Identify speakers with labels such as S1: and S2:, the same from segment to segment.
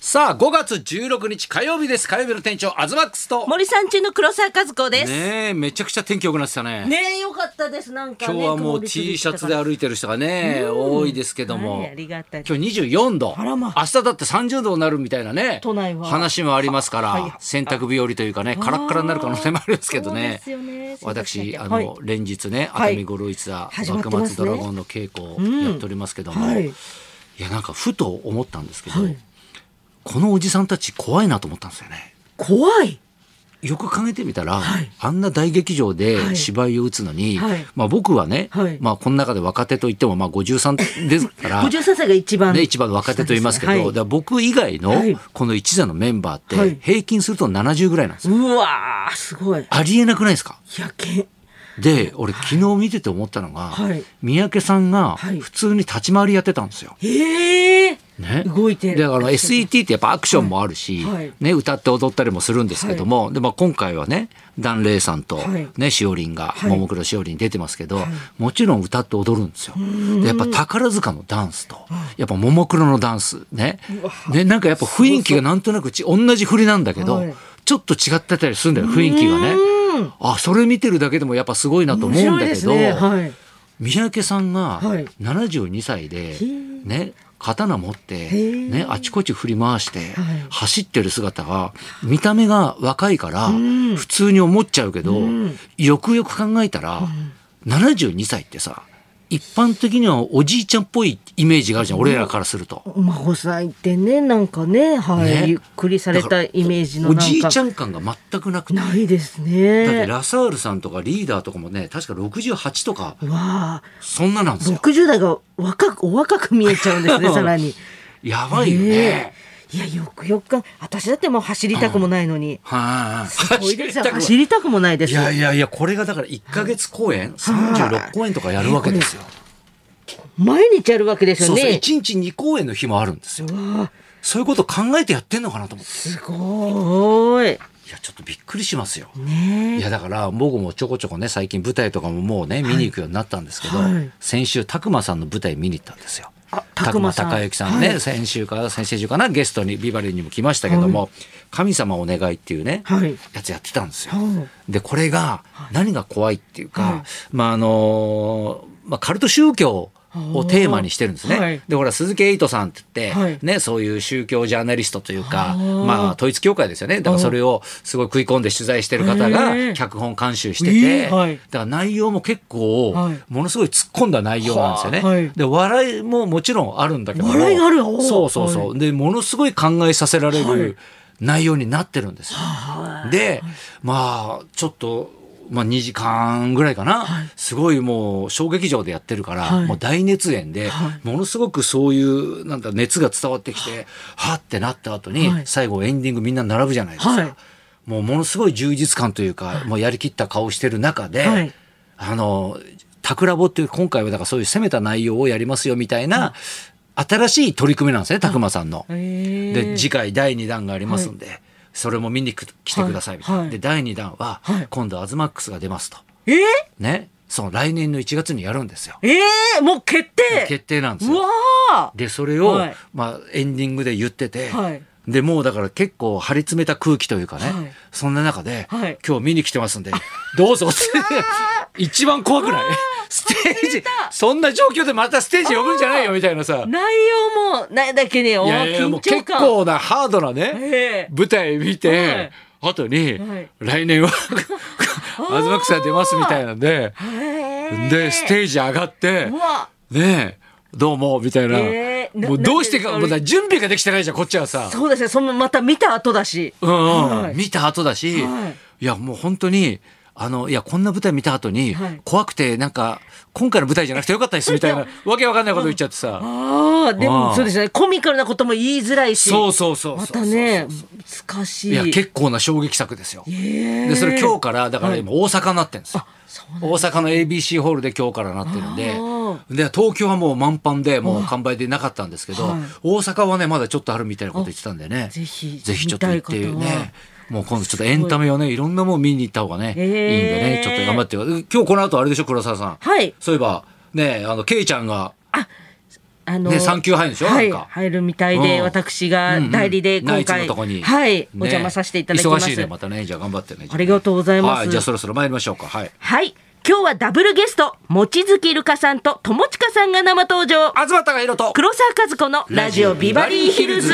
S1: さあ5月16日火曜日です火曜日の店長アズマックスと
S2: 森さん中の黒沢和子です。ね
S1: ねえめちゃくちゃ天気良くなってたね
S2: え、よかったです。なんか、
S1: 今
S2: ね。
S1: 日はもう T シャツで
S2: あ
S1: 歩いてる人がね多いですけども、
S2: ありがたい。
S1: 今日24度、
S2: あらま
S1: 明日だって30度になるみたいなね
S2: 都内は
S1: 話もありますから、
S2: はいはい
S1: 洗濯日和というかねカラッカラになる可能性もありますけどね
S2: そうですよね
S1: 私あの、
S2: はい
S1: 連日ね
S2: はい
S1: 熱海五郎一座、
S2: 始まってます
S1: 幕末
S2: ね
S1: ドラゴンの稽古をやっておりますけども、
S2: はい
S1: い、やなんかふと思ったんですけど、このおじさんたち怖いなと思ったんですよね。
S2: 怖い。
S1: よく考えてみたら、
S2: はい
S1: あんな大劇場
S2: は
S1: で
S2: い
S1: 芝居を打つのに、
S2: はい
S1: まあ、僕はね、
S2: はい
S1: まあ、この中で若手といってもまあ53ですから
S2: 五十三歳が一番。
S1: ね、一番の若手と言いますけど、
S2: はい
S1: だから僕以外の
S2: はい
S1: この一座のメンバーっ
S2: は
S1: て
S2: い
S1: 平均すると70ぐらいなんですよ。
S2: うわー、すごい。
S1: ありえなくないですか
S2: やけ。
S1: で俺昨日見てて思ったのが、
S2: はい
S1: 三宅さんが
S2: はい
S1: 普通に立ち回りやってたんですよ。
S2: ええ
S1: ね、
S2: 動いてる
S1: だから SET ってやっぱアクションもあるし、
S2: はいはい
S1: ね、歌って踊ったりもするんですけども、でまあ、今回はね檀れいさんと、
S2: はい
S1: ねしおりんが、
S2: い
S1: ももクロしおりん出てますけど、もちろん歌って踊るんですよ。でやっぱ宝塚のダンスとやっぱももクロのダンスねねなんかやっぱ雰囲気がなんとなくち同じ振りなんだけど、
S2: はい
S1: ちょっと違ってたりするんだよ雰囲気がね。あそれ見てるだけでもやっぱすごいなと思うん
S2: 白
S1: だ
S2: い
S1: け
S2: です
S1: ど。
S2: ね。はい。
S1: 三宅さんが
S2: はい
S1: 72歳で、
S2: ー
S1: ね、刀持って、
S2: ー
S1: ね、あちこち振り回して
S2: はい
S1: 走ってる姿が見た目が若いから
S2: ん
S1: 普通に思っちゃうけど
S2: ん
S1: よくよく考えたら72歳ってさ一般的にはおじいちゃんっぽいイメージがあるじゃん俺らからすると。
S2: 孫さんいてね、なんかね、はい、
S1: ね
S2: ゆっくりされたイメージの
S1: お
S2: なんか。
S1: じいちゃん感が全くなくて。だ
S2: ないです
S1: って
S2: ね。
S1: ラサールさんとかリーダーとかもね確か68とか
S2: うわあ、
S1: そんななんですよ。
S2: 六十代が若くお若く見えちゃうんで すね、さらに。
S1: やばいよね。
S2: えいやよくよくか私だってもう走りたくもないのに、
S1: はい
S2: すごいです
S1: 走りた
S2: よ
S1: くは
S2: 走りたくもないです
S1: いやいやいや、これがだから1ヶ月公演、36公演とかやるわけですよ。
S2: 毎日やるわけです
S1: そ
S2: よ
S1: うそう、
S2: ね
S1: 1日2公演の日もあるんですよ。そういうこと考えてやってんのかなと思って。
S2: すごーい
S1: いや、ちょっとびっくりしますよ。い
S2: ね
S1: や、だから僕もちょこちょこね、最近舞台とかももうね、見に行くようになったんですけど
S2: はい、
S1: 先週、拓磨さんの舞台見に行ったんですよ。
S2: あ
S1: 拓
S2: 拓
S1: 磨
S2: 磨さん
S1: 孝之さんね、
S2: は
S1: 先週から、先々週かな、ゲストにビバリーにも来ましたけども、神様お願いっていうね、
S2: はい
S1: やつやってたんですよ。
S2: は
S1: でこれが何が怖いっていうか、まああのまあ、カルト宗教をテーマにしてるんですね。
S2: あーはい
S1: でほら鈴木エイトさんって言って、
S2: はい
S1: ね、そういう宗教ジャーナリストというか
S2: あー
S1: まあ、統一教会ですよねだからそれをすごい食い込んで取材してる方
S2: へ
S1: が
S2: ー
S1: 脚本監修してて、
S2: えーはい
S1: だから内容も結構、
S2: はい
S1: ものすごい突っ込んだ内容なんですよね。
S2: はあはい
S1: で笑いももちろんあるんだけども
S2: 笑いがあるおー
S1: そうそうそう、でものすごい考えさせられる、
S2: はい
S1: 内容になってるんですよ。
S2: は
S1: で、まあ、ちょっと、まあ、2時間ぐらいかな、すごいもう小劇場でやってるから、
S2: はい
S1: もう大熱演で、
S2: は
S1: ものすごくそういうなんだ熱が伝わってきてはっってなった後に、
S2: はい
S1: 最後エンディングみんな並ぶじゃないですか、
S2: はい
S1: もうものすごい充実感というか、もうやりきった顔してる中で、
S2: はい
S1: あの「タクラボ」っていう今回はだからそういう攻めた内容をやりますよみたいな、新しい取り組みなんですね拓磨さんの。
S2: いへえ
S1: で次回第2弾がありますんで、それも見にく来てくださいみたいな、
S2: はい
S1: で第2弾は、
S2: はい
S1: 今度アズマックスが出ますと
S2: えー、
S1: ねその来年の1月にやるんですよ
S2: えー、もう決定
S1: 決定なんです
S2: う
S1: よ
S2: わあ
S1: でそれを、
S2: はい
S1: まあ、エンディングで言ってて、
S2: はい
S1: でもうだから結構張り詰めた空気というかね、
S2: はい
S1: そんな中で、
S2: はい
S1: 今日見に来てますんで どうぞって一番怖くないステージそんな状況でまたステージ呼ぶんじゃないよみたいなさ
S2: 内容もないだけにお
S1: いやいやも
S2: 緊
S1: う結
S2: 張感
S1: 構なハードなね、
S2: ええ
S1: 舞台見て、後に、
S2: はい
S1: 来年 は アズマックスが出ますみたいなんで、
S2: へ
S1: でス
S2: ー
S1: テージ上がって
S2: うわ
S1: ねえどうもみたいな、
S2: えーな
S1: もうどうしてか
S2: なん
S1: も
S2: で
S1: うだ準備ができてないじゃんこっちはさ。
S2: そうですねそのまた見た後だし、
S1: うんうん
S2: はい
S1: 見た後だし、、
S2: はい
S1: やもう本当にあのいやこんな舞台見た後に、
S2: はい
S1: 怖くてなんか今回の舞台じゃなくてよかったですみたいなわけわかんないこと言っちゃってさ、
S2: ああで
S1: あー
S2: もそうですねコミカルなことも言いづらいし
S1: そうそうそう
S2: ま
S1: そうそう
S2: たね難しい
S1: いや結構な衝撃作ですよ。
S2: で
S1: でそれ今日からだから今大阪になってるんですよ。
S2: そう
S1: 大阪の ABC ホールで今日からなってるんで
S2: あー
S1: で東京はもう満帆でもう完売でなかったんですけど、
S2: はい
S1: 大阪はねまだちょっとあるみたいなこと言ってたんでね
S2: ぜひ
S1: ぜひちょっと行って
S2: 見たい方は
S1: ねもう今度ちょっとエンタメをねいろんなもん見に行った方がね、
S2: へ
S1: いいん
S2: ー
S1: でねちょっと頑張ってよ今日この後あれでしょ黒沢さん、
S2: はい
S1: そういえばねあのケイちゃんが
S2: あの
S1: ね産休入るでしょ
S2: はい
S1: なんか
S2: 入るみたいで、
S1: うん
S2: 私が代理で
S1: うんうん
S2: 今
S1: ナイ
S2: 回、
S1: ツのとこに
S2: はい、
S1: ね
S2: お邪魔させていただきま
S1: 忙
S2: す
S1: しいねまたねじゃあ頑張ってね
S2: ありがとうございます
S1: はじゃあそろそろ参りましょうかはい
S2: はい今日はダブルゲスト望月ルカさんと友近さんが生登場
S1: 東貴弘と
S2: 黒沢和子のラジオビバリーヒルズ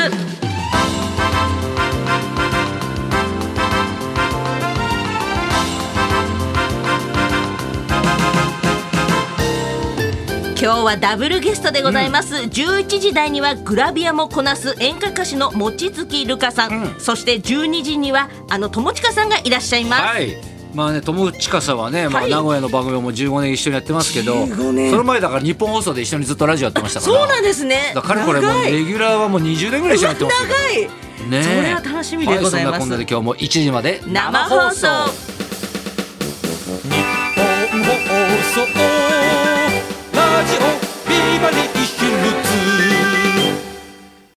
S2: 今日はダブルゲストでございます、11時台にはグラビアもこなす演歌歌手の望月ルカさん、
S1: うん
S2: そして12時にはあの友近さんがいらっしゃいます、
S1: はいまあね友近さんはね、まあ、
S2: はい
S1: 名古屋の番組も15年一緒にやってますけど
S2: 15年
S1: その前だから日本放送で一緒にずっとラジオやってましたから
S2: そうなんですね
S1: だからかれこれもう
S2: 長い
S1: レギュラーはもう20年ぐらい一緒にやってますよ
S2: 長い
S1: ねえ
S2: それは楽しみでございます
S1: はそんなこんなで今日も1時まで
S2: 生放
S1: 日
S2: 送
S1: 本放送ラジオビバリー